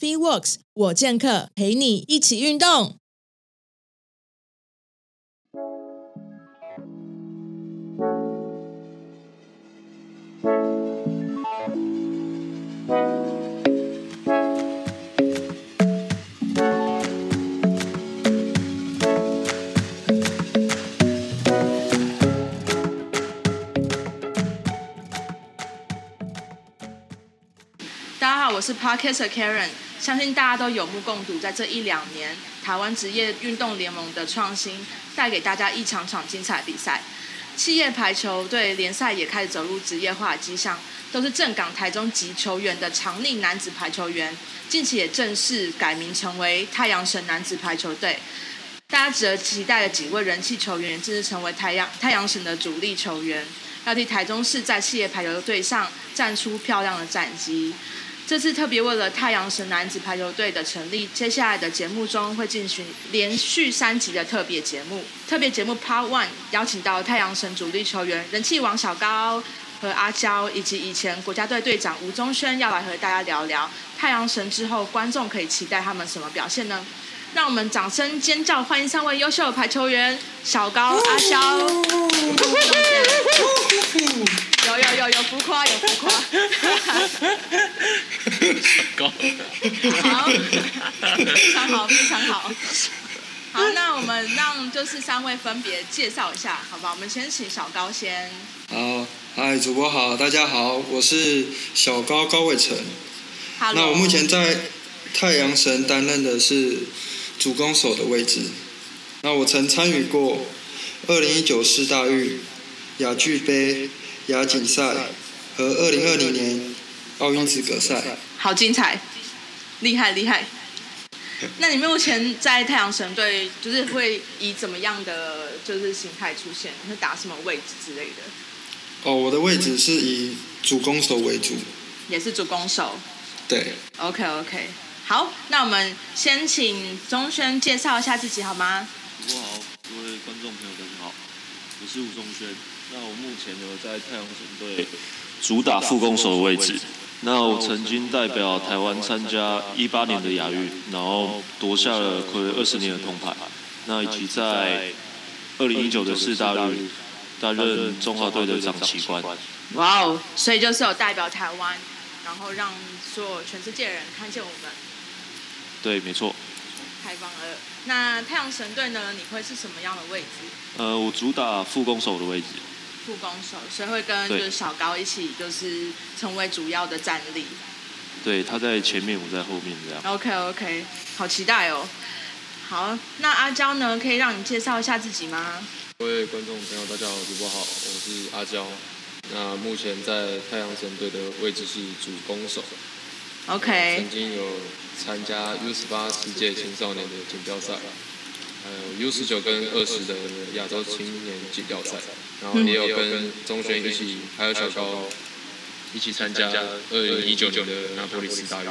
FeeWorks 我健客陪你一起运动。大家好，我是 Podcaster Karen。相信大家都有目共睹，在这一两年，台湾职业运动联盟的创新带给大家一场场精彩比赛。企业排球队联赛也开始走入职业化的迹象，都是正港、台中籍球员的常立男子排球员，近期也正式改名成为太阳神男子排球队。大家值得期待的几位人气球员，正式成为太阳太阳神的主力球员，要替台中市在企业排球队上站出漂亮的战绩。这次特别为了太阳神男子排球队的成立，接下来的节目中会进行连续三集的特别节目。特别节目 Part One 邀请到太阳神主力球员人气王小高和阿娇，以及以前国家队队长吴宗轩，要来和大家聊聊太阳神之后观众可以期待他们什么表现呢？让我们掌声尖叫欢迎三位优秀的排球员小高、阿娇。 有有有有浮夸有浮夸。 高，好，非常好，非常好。好，那我们让就是三位分别介绍一下，好吧？我们先请小高先。好，嗨，主播好，大家好，我是小高高伟成。 Hello。那我目前在太阳神担任的是主攻手的位置。那我曾参与过2019世大运、亚俱杯、亚锦赛和2020年奥运资格赛。好精彩，厉害厉 害。那你目前在太阳神队，就是会以怎么样的就是形态出现？会打什么位置之类的？哦，我的位置是以主攻手为主。也是主攻手。对， OK OK。好，那我们先请钟轩介绍一下自己好吗？主播好，各位观众朋友大家好，我是吴宗轩。那我目前呢在太阳神队主打副攻手的位置。那我曾经代表台湾参加一八年的亚运，然后夺下了暌违二十年的铜牌。那以及在二零一九的四大运担任中华队的长旗官。哇哦！所以就是有代表台湾，然后让所有全世界的人看见我们，对，没错。太棒了。那太阳神队呢？你会是什么样的位置？呃，我主打副攻手的位置。副攻手，所以会跟就是小高一起，就是成为主要的战力。对，他在前面，我在后面，这样。 OK OK，好期待哦。好，那阿娇呢？可以让你介绍一下自己吗？各位观众朋友，大家好，主播好，我是阿娇。那目前在太阳神队的位置是主攻手。曾 OK，经有参加 U 十八世界青少年的锦标赛，还有 U 十九跟二十的亚洲青年锦标赛，然后也有跟中学一起，还有小高一起参加二零一九年的拿破里斯大运。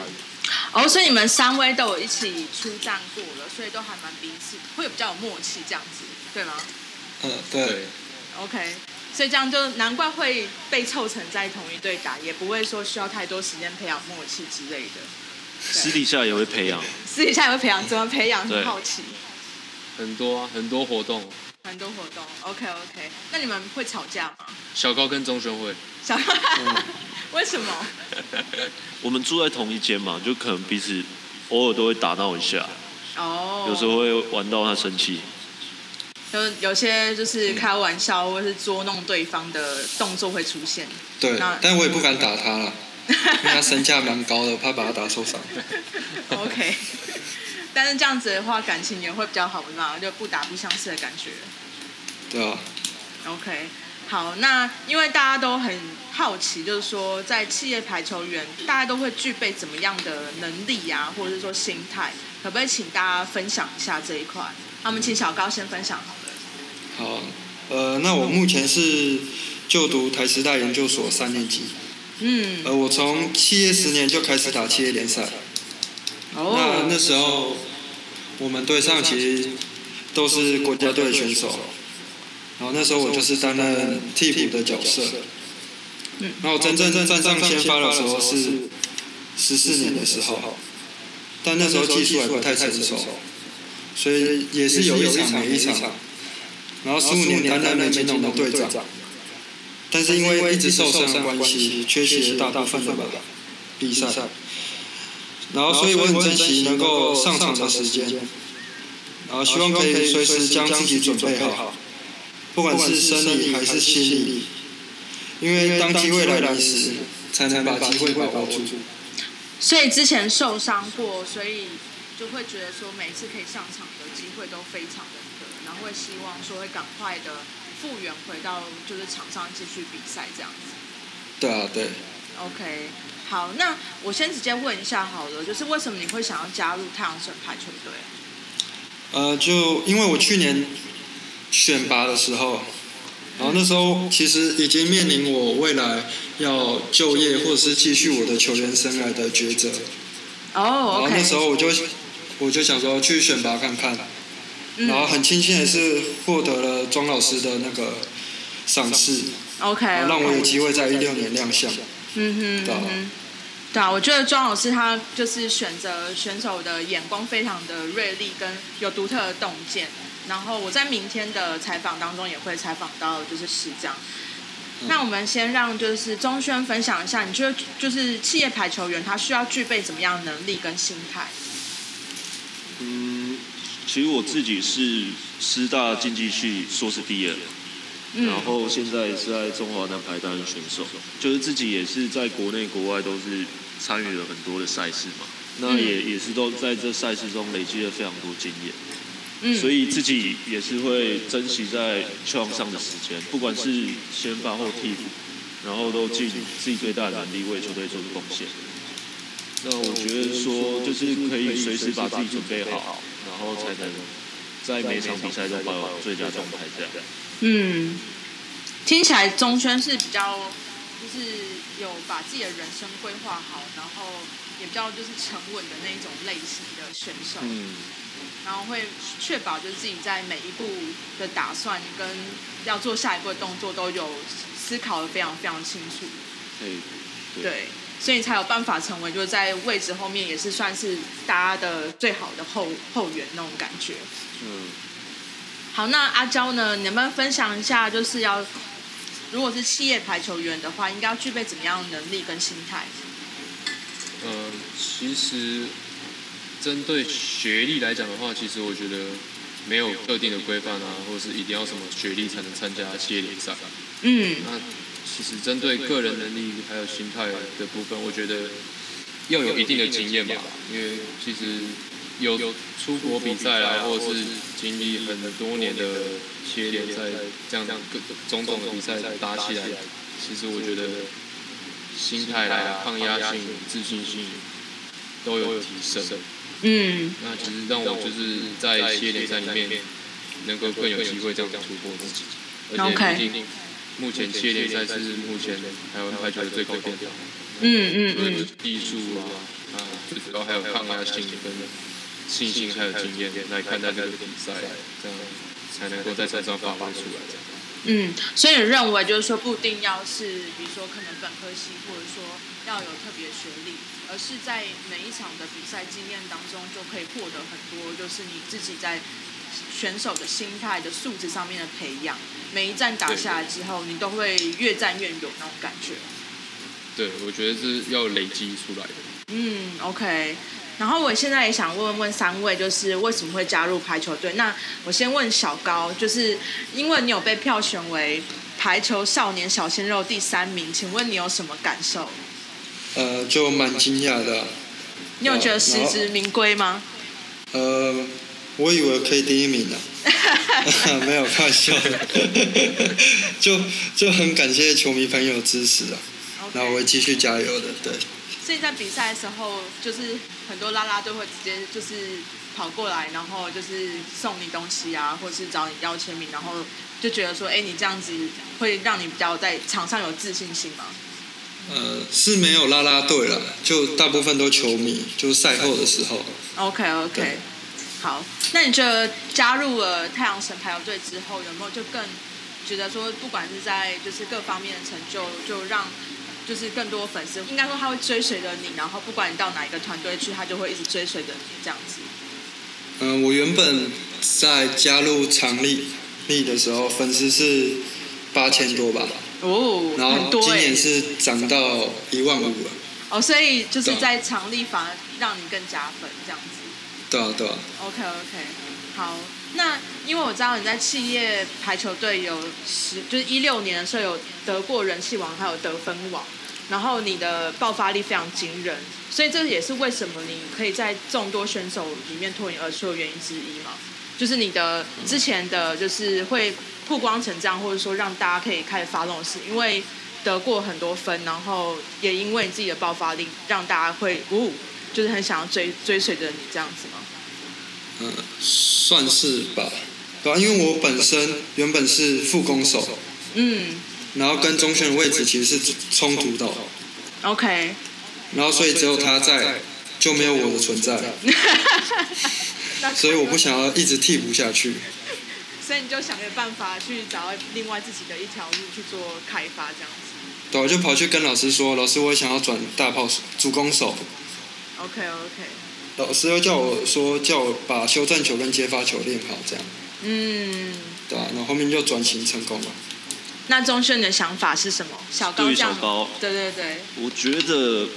哦，所以你们三位都有一起出战过了，所以都还蛮彼此会有比较有默契这样子，对吗？嗯、对对，， OK，所以这样就难怪会被凑成在同一队打，也不会说需要太多时间培养默契之类的。私底下也会培养。私底下也会培养，怎么培养？对很好奇，很多啊，很多活动。很多活动。OK OK，那你们会吵架吗？小高跟中 选会，小，嗯 为什么？我们住在同一间嘛，就可能彼此偶尔都会打闹一下，哦、有时候会玩到他生气。有有些嗯就是开玩笑或是捉弄对方的动作会出现。对那，但我也不敢打他了，因嗯为他身价蛮高的，怕把他打受伤。 OK，但是这样子的话，感情也会比较好，嘛，就不打不相识的感觉。对啊， OK，好，那因为大家都很好奇，就是说在企业排球员，大家都会具备怎么样的能力呀、或者是说心态，可不可以请大家分享一下这一块？那我们请小高先分享好了。好，呃，那我目前是就读台师大研究所三年级，嗯，呃，我从七业十年就开始打企业联赛。哦那那时候我们队上其实都是国家队的选手，然后那时候我就是担任替补的角色。嗯那我真正站上先发的时候是十四年的时候，但那时候技术还不太成熟，所以也是有一场没一场。然后十五年担任了金龙的队长，但是因为一直受伤的关系，缺席了大部分的比赛。然后，所以我很珍惜能够上场的时间，然后希望可以随时将自己准备好，不管是生理还是心理，因为当机会来临时，才能把机会把握住。所以之前受伤过，所以就会觉得说每次可以上场的机会都非常的难得，然后会希望说会赶快的复原回到就是场上继续比赛这样子。对啊，对。 OK，好，那我先直接问一下好了，就是为什么你会想要加入太阳神排球队？呃，就因为我去年选拔的时候，然后那时候其实已经面临我未来要就业或者是继续我的球员生涯的抉择。哦、然 o 后 k 那时候我就我就想说去选拔看看，嗯然后很庆幸的是获得了庄老师的那个赏识， OK，, 然 o 后让我有机会在一六年亮相。嗯哼，对啊嗯哼，对啊，我觉得庄老师他就是选择选手的眼光非常的锐利，跟有独特的洞见。然后我在明天的采访当中也会采访到就是师长。嗯那我们先让就是钟轩分享一下，你觉得就是企业排球员他需要具备怎么样的能力跟心态？嗯，其实我自己是师大竞技系硕士毕业的，嗯然后现在是在中华男排担任选手，就是自己也是在国内国外都是参与了很多的赛事嘛，那也也是都在这赛事中累积了非常多经验。嗯所以自己也是会珍惜在球场上的时间，不管是先发或替补，然后都尽自己最大的能力为球队做出贡献。那我觉得说，就是可以随时把自己准备好，然后才能在每场比赛中保有最佳状态这样。嗯，听起来钟轩是比较，就是有把自己的人生规划好，然后也比较就是沉稳的那一种类型的选手，嗯，然后会确保就是自己在每一步的打算跟要做下一步的动作都有思考的非常非常清楚，可以。对，所以你才有办法成为就是在位置后面也是算是大家的最好的后后援那种感觉。嗯，好，那阿娇呢？你能不能分享一下，就是要如果是企业排球员的话，应该要具备怎么样的能力跟心态？嗯，其实针对学历来讲的话，其实我觉得没有特定的规范啊，或者是一定要什么学历才能参加企业联赛。嗯那其实针对个人能力还有心态的部分，我觉得要有一定的经验吧，因为其实有出国比赛啊，或者是经历很多年的企业联赛这样各种种的比赛打起来，其实我觉得心态啦、抗压性、自信心都有提升。嗯那其实让我就是在企业联赛里面能够更有机会这样突破自己，而 OK 且毕竟目前企业联赛是目前台湾排球的最高殿堂，嗯嗯所以嗯，技术啊啊，最主要还有抗压性跟信心还有经验来看待这个比赛，这样才能够在场上发挥出来。嗯，所以你认为就是说，不一定要是比如说可能本科系，或者说要有特别学历，而是在每一场的比赛经验当中，就可以获得很多，就是你自己在选手的心态的素质上面的培养。每一战打下来之后，你都会越战越勇那种感觉。对，我觉得是要累积出来的。嗯，OK。然后我现在也想问问三位，就是为什么会加入排球队？那我先问小高，就是因为你有被票选为排球少年小鲜肉第三名，请问你有什么感受？呃，就蛮惊讶的啊、你有觉得实至名归吗？呃，我以为可以第一名的、 哦没有开玩笑 的，就就很感谢球迷朋友的支持啊，然后我会 OK，继续加油的，对，所以在比赛的时候，就是很多啦啦队会直接就是跑过来，然后就是送你东西啊，或是找你要签名，然后就觉得说，哎，你这样子会让你比较在场上有自信心吗？呃，是没有啦啦队啦，就大部分都球迷，就赛后的时候， OK OK，对好，那你觉得加入了太阳神排球队之后，有没有就更觉得说，不管是在就是各方面的成就，就让就是更多粉丝，应该说他会追随着你，然后不管你到哪一个团队去，他就会一直追随着你这样子。嗯，我原本在加入常力力的时候，粉丝是八千多吧，哦，然很后多今哎、年是涨到一万五啊了，哦，所以就是在场力反而让你更加分这样子。对啊对啊， OK OK，好，那因为我知道你在企业排球队有十，就是一六年的时候有得过人气王，还有得分王，然后你的爆发力非常惊人，所以这也是为什么你可以在众多选手里面脱颖而出的原因之一嘛。就是你的之前的就是会曝光成这样，或者说让大家可以开始发动的事，因为得过很多分，然后也因为你自己的爆发力，让大家会呜、就是很想要追追随着你这样子嘛。嗯，算是吧，对啊，因为我本身原本是副攻手，嗯然后跟中圈的位置其实是冲突的， ，OK，然后所以只有他在就没有我的存在，所以我不想要一直替补下去，所以你就想个办法去找到另外自己的一条路去做开发这样子。对啊，我就跑去跟老师说，老师我想要转大炮手主攻手， OK OK，老师又叫我说叫我把修正球跟接发球练好这样，嗯，对啊，然后后面就转型成功了。那钟炫的想法是什么？小高对于这样小高对对对，我觉得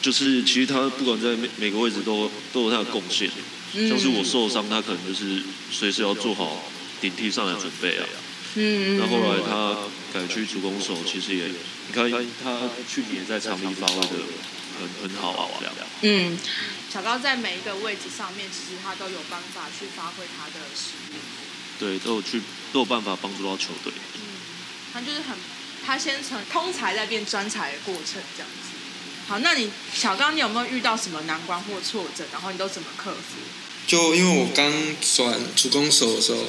就是其实他不管在每每个位置都都有他的贡献，嗯像是我受伤，他可能就是随时要做好顶替上来的准备啊。嗯，那后来他改去主攻手，其实也你看他去年也在场里发挥的很很好啊，这样。嗯，小高在每一个位置上面，其实他都有办法去发挥他的实力。对，都有去都有办法帮助到球队。嗯，他就是很，他先从通才再变专才的过程这样子。好，那你小高，你有没有遇到什么难关或挫折？然后你都怎么克服？就因为我刚转主攻手的时候，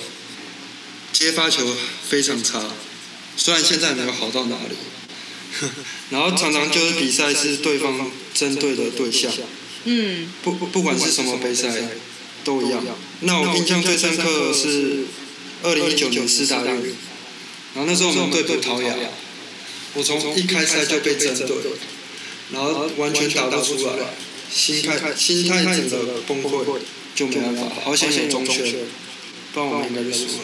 接发球非常差，虽然现在没有好到哪里， 然后常常就是比赛是对方针对的对象，嗯不不不管是什么杯赛都一样。那我印象最深刻的是二零一九年四大运，然后那时候我们对葡萄牙，啊我从一开赛就被针对，然后完全打不出来，心态心态整个崩溃，就没办法。好险有中圈，不然我们应该就输了。，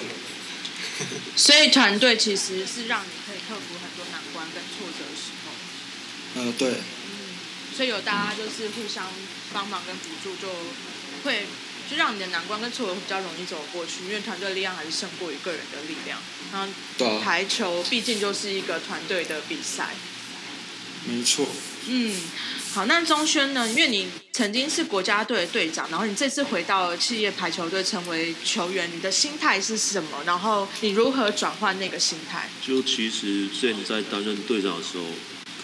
所以团队其实是让你可以克服很多难关跟挫折的时候，呃，对，所以有大家就是互相帮忙跟辅助，就会就让你的难关跟挫折会比较容易走过去，因为团队力量还是胜过于个人的力量。然后对啊，排球毕竟就是一个团队的比赛。没 错。嗯，好，那钟轩呢？因为你曾经是国家队的队长，然后你这次回到企业排球队成为球员，你的心态是什么？然后你如何转换那个心态？就其实之前在担任队长的时候，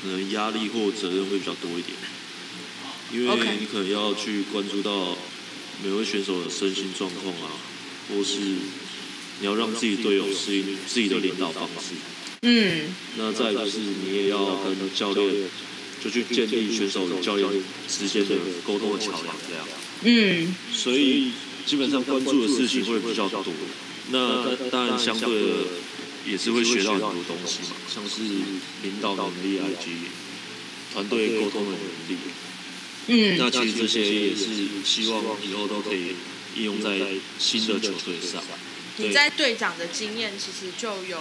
可能压力或责任会比较多一点，因 OK 为你可能要去关注到每位选手的身心状况啊，或是你要让自己队友适应自己的领导方式。嗯那再来就是你也要跟教练就去建立选手与教练之间的沟通的桥梁，这样。嗯所以基本上关注的事情会比较多。那当当然相对的也是会学到很多东西嘛，像是领导能力啊以及团队沟通的能力。嗯那其实这些也是希望以后都可以应用在新的球队上。你对在队长的经验其实就有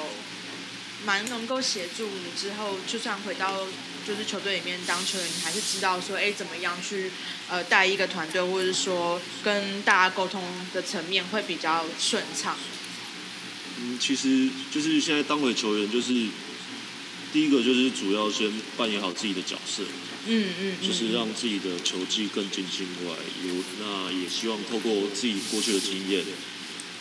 蛮能够协助你之后，就算回到就是球队里面当球员，你还是知道说，哎，怎么样去呃带一个团队，或者是说跟大家沟通的层面会比较顺畅。嗯，其实就是现在当回球员，就是第一个就是主要先扮演好自己的角色，嗯嗯，嗯就是让自己的球技更精进过来。有那也希望透过自己过去的经验，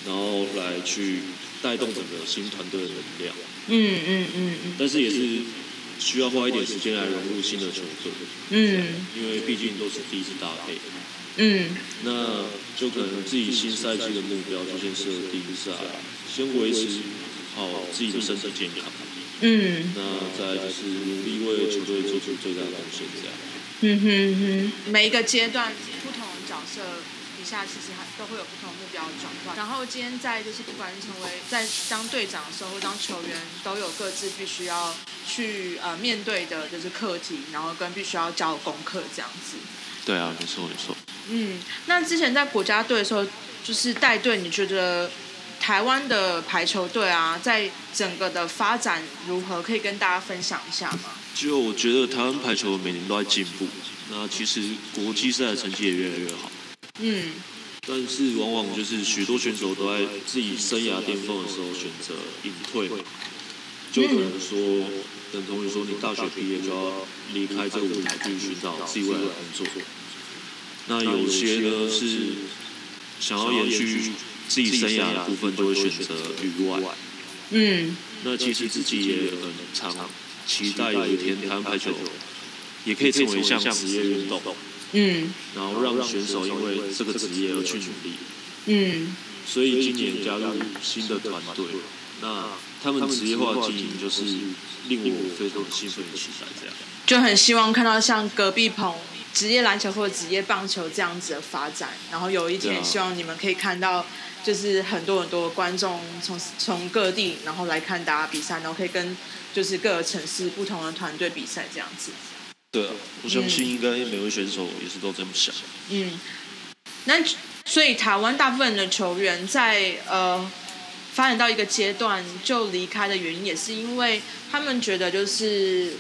然后来去带动整个新团队的能量，嗯嗯嗯嗯但是也是需要花一点时间来融入新的球队，嗯因为毕竟都是第一次搭配。嗯那就可能自己新赛季的目标就先设定下来，先维持好自己的身体健康，嗯那再来就是努力为球队做出最大的贡献，这样。嗯嗯哼哼，每一个阶段不同的角色以下其实还都会有不同目标的转换。然后今天在就是不管是成为在当队长的时候，或当球员，都有各自必须要去呃面对的就是课题，然后跟必须要交的功课这样子。对啊，没错没错。嗯，那之前在国家队的时候，就是带队，你觉得台湾的排球队啊，在整个的发展如何？可以跟大家分享一下吗？就我觉得台湾排球每年都在进步，那其实国际赛的成绩也越来越好，嗯但是往往就是许多选手都在自己生涯巅峰的时候选择隐退嘛，就可能说等同于说你大学毕业就要离开这个舞台去寻找自己未来的工作，那有些呢是想要延续自己生涯的部分，就会选择域外。嗯那其实自己也很常期待有一天台湾排球也可以成为一项职业运动，嗯然后让选手因为这个职业而去努力。嗯所以今年加入新的团队，那他们职业化经营就是令我非常兴奋期待这样。就很希望看到像隔壁棚职业篮球或者职业棒球这样子的发展，然后有一对天啊希望你们可以看到，就是很多很多观众从从各地然后来看大家比赛，然后可以跟就是各个城市不同的团队比赛这样子。对啊，我相信应该每位选手也是都这么想。嗯，那所以台湾大部分的球员在呃发展到一个阶段就离开的原因，也是因为他们觉得就是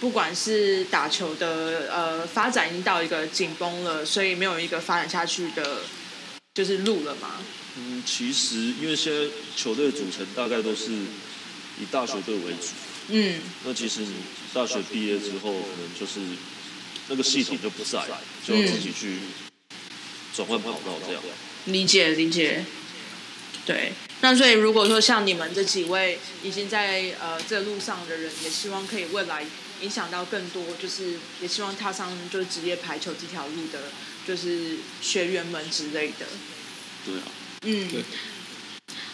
不管是打球的呃发展已经到一个紧绷了，所以没有一个发展下去的，就是路了嘛。嗯，其实因为现在球队的组成大概都是以大学队为主，嗯那其实你大学毕业之后，可能就是那个系统就不在，就要自己去转换跑道这样。理解理解，对。那所以如果说像你们这几位已经在呃这路上的人，也希望可以未来影响到更多，就是也希望踏上就是职业排球这条路的，就是学员们之类的。对啊，嗯对，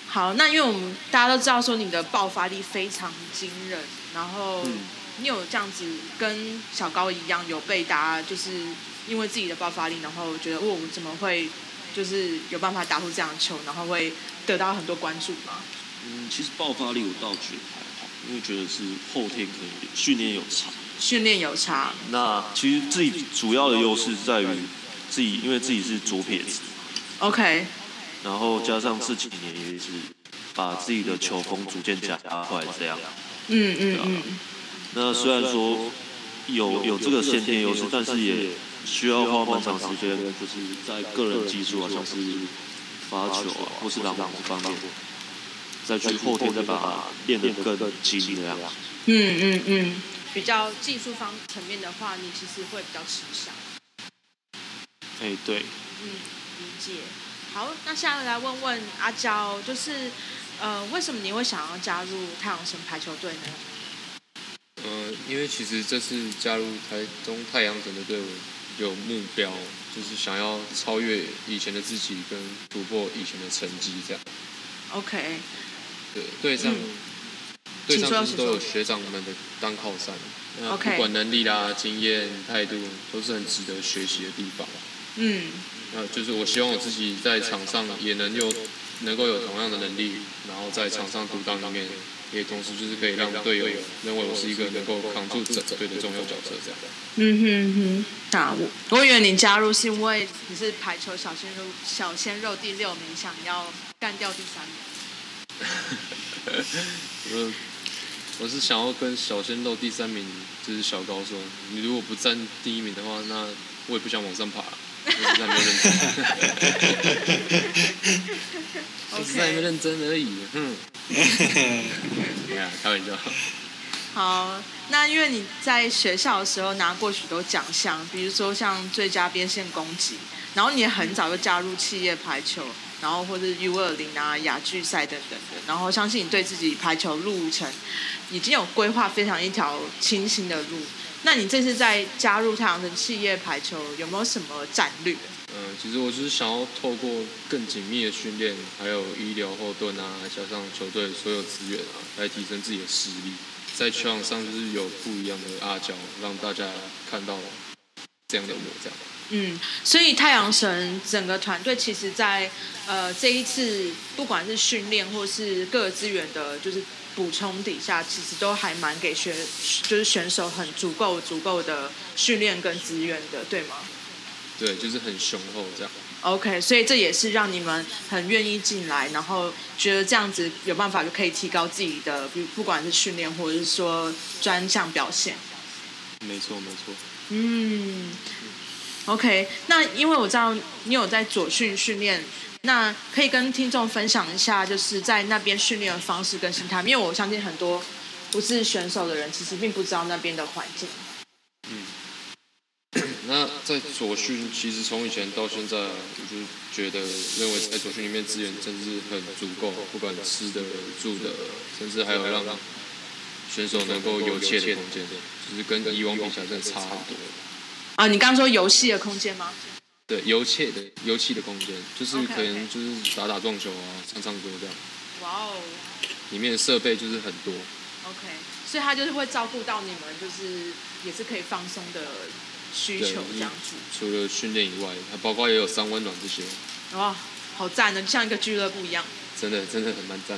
好，那因为我们大家都知道说你的爆发力非常惊人，然后嗯你有这样子跟小高一样有被大家就是因为自己的爆发力，然后觉得哦我怎么会就是有办法打出这样的球，然后会得到很多关注吗？嗯，其实爆发力我倒觉得还好，因为觉得是后天可以训练有差。训练有差，那其实自己主要的优势在于自己，因为自己是左撇子， OK，然后加上这几年也是把自己的球风逐渐加快这样。嗯嗯嗯那虽然说有有这个先天优势，但是也需要花蛮长时间，就是在个人技术啊，像是发球啊，或是篮网这方面，再去后天再把它练得更精这样。嗯嗯嗯，比较技术方层面的话，你其实会比较吃香。哎、对，嗯，理解。好，那下来问问阿娇，就是呃，为什么你会想要加入太阳神排球队呢？嗯、因为其实这次加入台中太阳神的队伍有目标，就是想要超越以前的自己跟突破以前的成绩这样。 OK，对，队上、嗯队上请说就是都有请说学长们的当靠山，那 OK 不管能力啦、经验、态度，都是很值得学习的地方。嗯那就是我希望我自己在场上也能有能够有同样的能力，然后在场上独当一面，也同时就是可以让队友认为我是一个能够扛住整队的重要角色这样。嗯哼哼。那我我以为你加入是因为你是排球小鲜肉小鲜肉第六名，想要干掉第三名。我呃我是想要跟小鲜肉第三名就是小高说，你如果不占第一名的话，那我也不想往上爬，我只是在那边认真，我只是在那边 OK，认真而已。哼，哎呀，开玩笑。好，那因为你在学校的时候拿过许多奖项，比如说像最佳边线攻击，然后你也很早就加入企业排球，然后或者 U 二零啊、亚巨赛等等的，然后相信你对自己排球路程已经有规划非常一条清新的路。那你这次在加入太阳城企业排球有没有什么战略？嗯，其实我就是想要透过更紧密的训练，还有医疗后盾啊，加上球队所有资源啊，来提升自己的实力，在球场上就是有不一样的阿娇，让大家看到这样的我这样。嗯，所以太阳神整个团队其实在呃这一次不管是训练或是各个资源的，就是补充底下，其实都还蛮给选就是选手很足够足够的训练跟资源的，对吗对，就是很雄厚这样。 ？OK，所以这也是让你们很愿意进来，然后觉得这样子有办法就可以提高自己的，比不管是训练或者是说专项表现。没错没错，嗯，OK，那因为我知道你有在左训训练，那可以跟听众分享一下，就是在那边训练的方式跟心态，因为我相信很多不是选手的人，其实并不知道那边的环境。那在左训，其实从以前到现在，我就觉得认为在左训里面资源真是很足够，不管吃的、住的，甚至还有让选手能够有切的空间，就是跟以往比起来真的差很多。啊，你刚刚说游戏的空间吗？对，游切的游气的空间，就是 OK，OK 可能就是打打撞球啊，唱唱歌这样，哇哦里面的设备就是很多。 ，OK，所以他就是会照顾到你们，就是也是可以放松的需对求就是这样子。除了训练以外，还包括也有三温暖这些，哇，好赞的，就像一个俱乐部一样。真的真的很蛮赞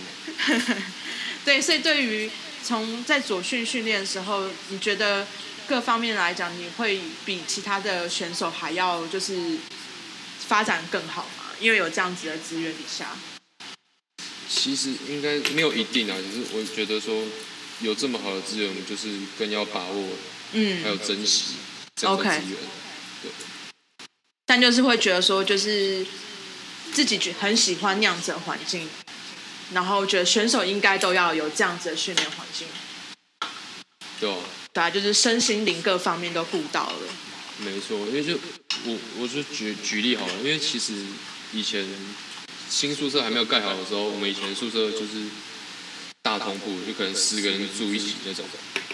的。 对，所以对于从在左训训练的时候，你觉得各方面来讲，你会比其他的选手还要就是发展更好吗？因为有这样子的资源底下，其实应该没有一定啊，只是我觉得说有这么好的资源，我们就是更要把握，还有嗯，珍惜这样的 OK 资源。对，但就是会觉得说，就是自己觉很喜欢那样子的环境，然后觉得选手应该都要有这样子的训练环境，对啊，对啊，就是身心灵各方面都顾到了。没错，因为就我我就举举例好了，因为其实以前新宿舍还没有盖好的时候，我们以前宿舍就是大通铺，就可能十个人住一起那种。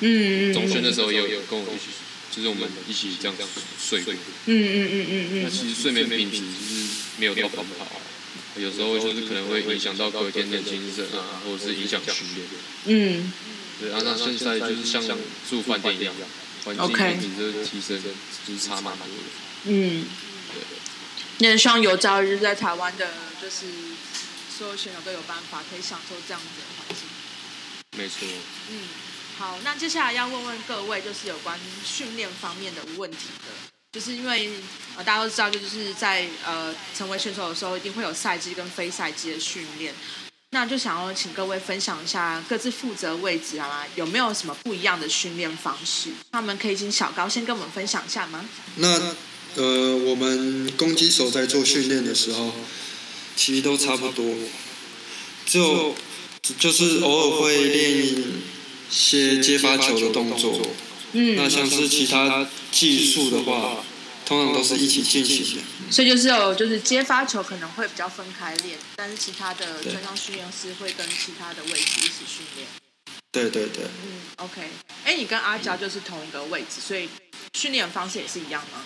嗯嗯中轩的时候也有跟我一起，就是我们一起这样睡过。嗯嗯嗯嗯那嗯，其实睡眠品质就是没有到很好啊，有时候就是可能会影响到隔天的精神啊，或者是影响训练。嗯，对啊，那现在就是像住饭店一样，环境 OK 品质的提升就是差蛮多的。嗯，也很希望有朝一日在台湾的，就是所有选手都有办法可以享受这样子的环境。没错，嗯，好，那接下来要问问各位，就是有关训练方面的问题的，就是因为呃大家都知道，就是在呃成为选手的时候，一定会有赛季跟非赛季的训练。那就想要请各位分享一下各自负责位置啊，有没有什么不一样的训练方式？他们可以请小高先跟我们分享一下吗？那呃，我们攻击手在做训练的时候，其实都差不多，只有只就是偶尔会练一些接发球的动作。嗯那像是其他技术的话，通常都是一起进行的。所以就是有，就是接发球可能会比较分开练，但是其他的专项训练师会跟其他的位置一起训练。对对对，嗯，OK。哎，你跟阿娇就是同一个位置，所以训练方式也是一样吗？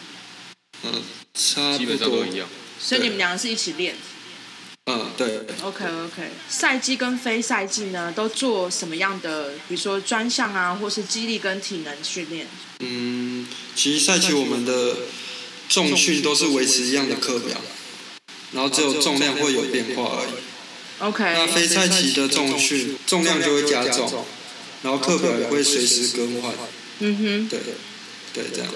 嗯，差基不本上都多一样。。所以你们两个是一起练。嗯，对。 OK OK。赛季跟非赛季呢，都做什么样的？比如说专项啊，或是肌力跟体能训练。嗯，其实赛期我们的重训都是维持一样的课表，然后只有重量会有变化而已。那 OK 非赛期的重训重量就会加重，然后课表也会随时更换。嗯哼。对，对，这样。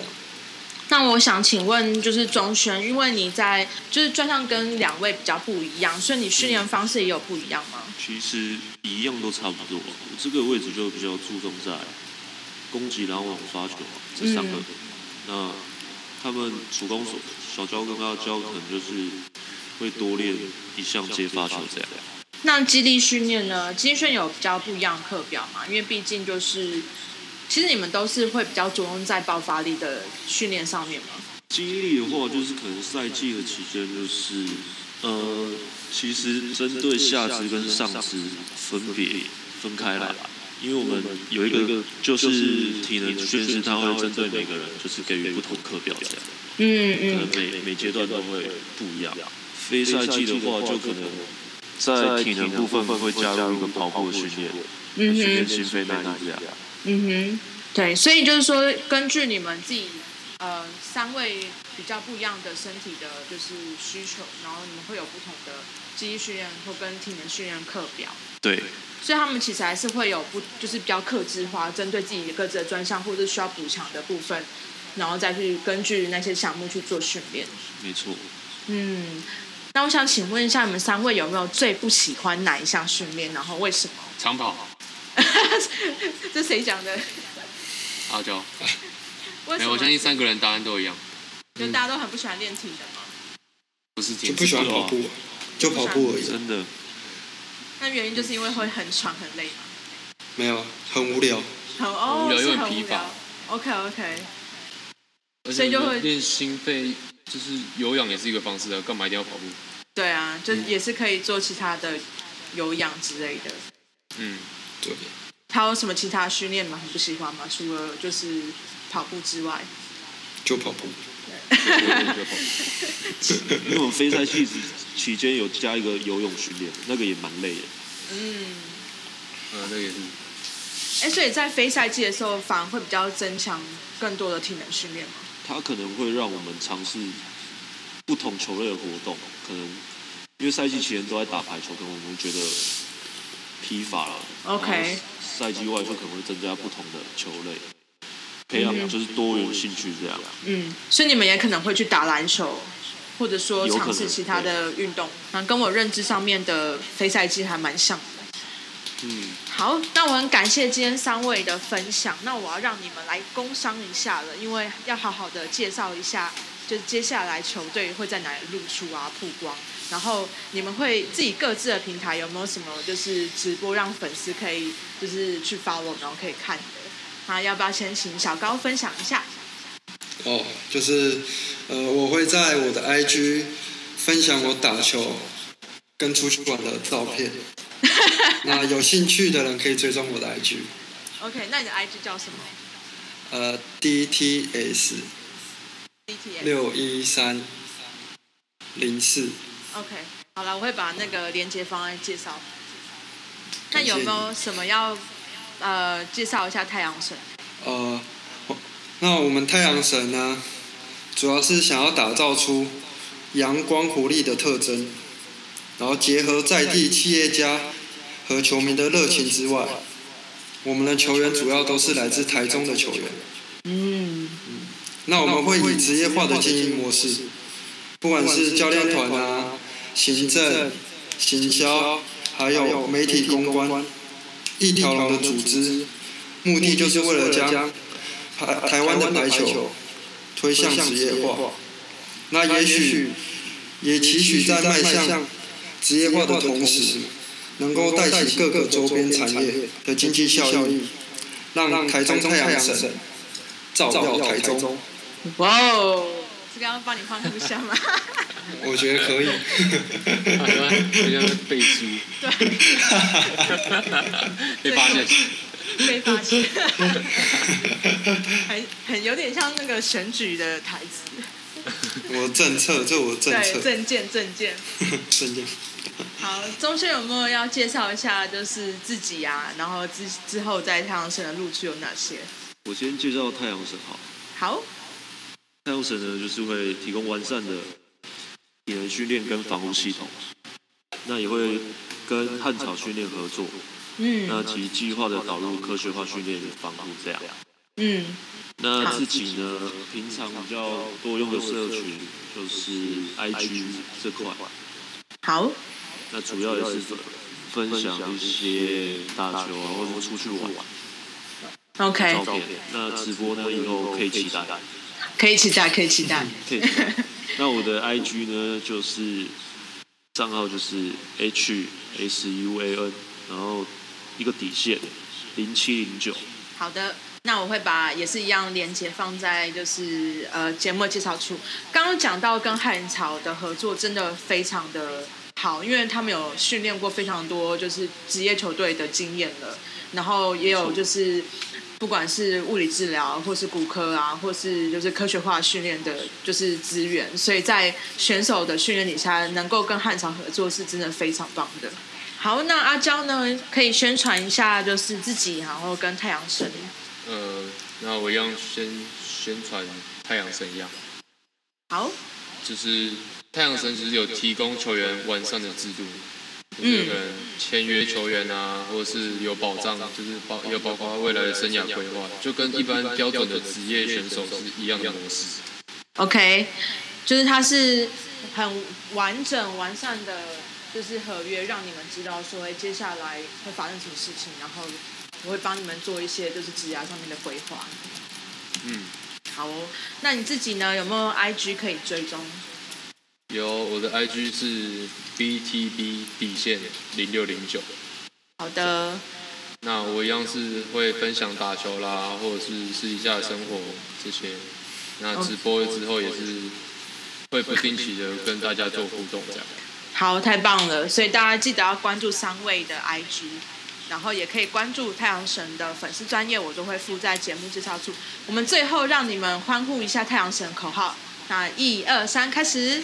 那我想请问，就是中轩，因为你在就是专项跟两位比较不一样，所以你训练方式也有不一样吗？其实一样都差不多。我这个位置就比较注重在攻击、拦网、发球这三个。嗯那他们主攻手小焦跟阿焦可能就是会多练一项接发球这样。那基地训练呢？基地训练有比较不一样的课表嘛？因为毕竟就是，其实你们都是会比较着重在爆发力的训练上面嘛。激励的话，就是可能赛季的期间就是呃，其实针对下肢跟上肢分别分开来。因为我们有一个就是体能训练师，他会针对每个人就是给予不同课表这样。嗯可能每每阶段都会不一样。非赛季的话，就可能在体能部分会加入一个跑步的训练，嗯训练心肺耐力这样。啊嗯哼，对，所以就是说，根据你们自己呃三位比较不一样的身体的，就是需求，然后你们会有不同的记忆训练或跟体能训练课表，对，所以他们其实还是会有不就是比较克制化，针对自己的各自的专项或者是需要补强的部分，然后再去根据那些项目去做训练。没错。嗯，那我想请问一下，你们三位有没有最不喜欢哪一项训练？然后为什么？ 长跑，啊这谁讲的？阿娇，为没什有，么？我相信三个人答案都一样，就大家都很不喜欢练体能嘛。不是就停不喜欢跑步，就跑步而已，真的，那原因就是因为会很喘很累嘛。没有，很无聊。很哦，无聊是又很很疲无聊乏。 OK OK，而所以且就会练心肺，就是有氧也是一个方式啊，干嘛一定要跑步？对啊，就是也是可以做其他的有氧之类的。嗯，对，还有什么其他训练吗？很不喜欢吗？除了就是跑步之外，就跑步。就就跑步。因为我们飞赛期期间有加一个游泳训练，那个也蛮累的。 嗯，嗯，那个也是。哎、所以在非赛季的时候，反而会比较增强更多的体能训练嘛。它可能会让我们尝试不同球类的活动，可能因为赛季期间都在打排球，可能我们觉得疲乏了。 OK 然后赛季外就可能会增加不同的球类，培养就是多元兴趣这样。嗯，所以你们也可能会去打篮球，或者说有可尝能试其他的运动，嗯，跟我认知上面的非赛季还蛮像的。嗯，好，那我很感谢今天三位的分享。那我要让你们来工商一下了，因为要好好的介绍一下，就是接下来球队会在哪里露出啊、曝光，然后你们会自己各自的平台有没有什么就是直播让粉丝可以就是去 follow，然后可以看的。那要不要先请小高分享一 下？哦，就是呃，我会在我的 IG 分享我打球跟出去玩的照片。那有兴趣的人可以追踪我的 IG， OK，那你的 IG 叫什么呃，DTS ？DTS。六一三零四。 OK，好了，我会把那个连接方案介绍。那感谢有你没有什么要呃介绍一下太阳神？呃，那我们太阳神呢，主要是想要打造出阳光活力的特征，然后结合在地企业家和球迷的热情之外，我们的球员主要都是来自台中的球员。嗯那我们会以职业化的经营模式，不管是教练团啊、行政、行销，还有媒体公关，一条龙的组织，目的就是为了将台台湾的排球推向职业化。那也许也期许在迈向职业化的同时，能够带起各个周边产业的经济效益，让台中太阳神照耀台中。哇哦，是刚刚帮你换故乡 吗？我觉得可以。好像就像背书，对，被发现。被发 现，很很有点像那个选举的台词。 我政策，这我政对，策，证件证件。 政见。好，中轩有没有要介绍一下，就是自己啊，然后之之后在太阳神的路区有哪些？我先介绍太阳神好了。好，太阳神呢，就是会提供完善的体能训练跟防护系统，那也会跟汉草训练合作，那呃嗯其计划的导入科学化训练与防护这样。嗯那自己呢，平常比较多用的社群就是 IG 这块，好，那主要也是分享一些打球啊，或者出去玩 OK，照片。那直播呢，以后可以期待，可以期待，可以期待。可以期待。那我的 IG 呢，就是账号就是 H S U A N，然后一个底线零七零九。 好的，那我会把也是一样链接放在就是呃节目的介绍处。刚刚讲到跟汉朝的合作真的非常的好，因为他们有训练过非常多就是职业球队的经验了，然后也有就是不管是物理治疗或是骨科啊，或是就是科学化训练的，就是资源，所以在选手的训练底下，能够跟汉朝合作是真的非常棒的。好，那阿娇呢，可以宣传一下，就是自己，然后跟太阳神。呃，那我一样先宣传太阳神一样，好，就是太阳神其实有提供球员完善的制度，就是嗯可能签约球员啊，或者是有保障，就是包有包括未来的生涯规划，就跟一般标准的职业选手是一样的模式。 OK，就是它是很完整完善的，就是合约，让你们知道说，哎、接下来会发生什么事情，然后我会帮你们做一些就是职涯上面的规划。嗯，好哦，那你自己呢？有没有 IG 可以追踪？有我的 IG 是 BTB 底线零六零九。好的，那我一样是会分享打球啦，或者是私底下的生活这些。那直播之后也是会不定期的跟大家做互动这样。好，太棒了！所以大家记得要关注三位的 IG，然后也可以关注太阳神的粉丝专业，我都会附在节目介绍处。我们最后让你们欢呼一下太阳神口号，那一二三，开始！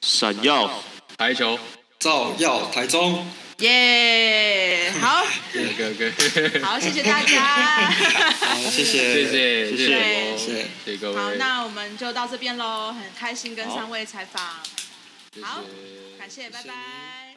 闪耀，排球，照耀台中。耶、好，那个跟，好，谢谢大家。 好，谢谢，谢谢谢谢谢谢谢谢谢各好，位，那我们就到这边喽，很开心跟好三位采访，谢好谢感谢，拜拜。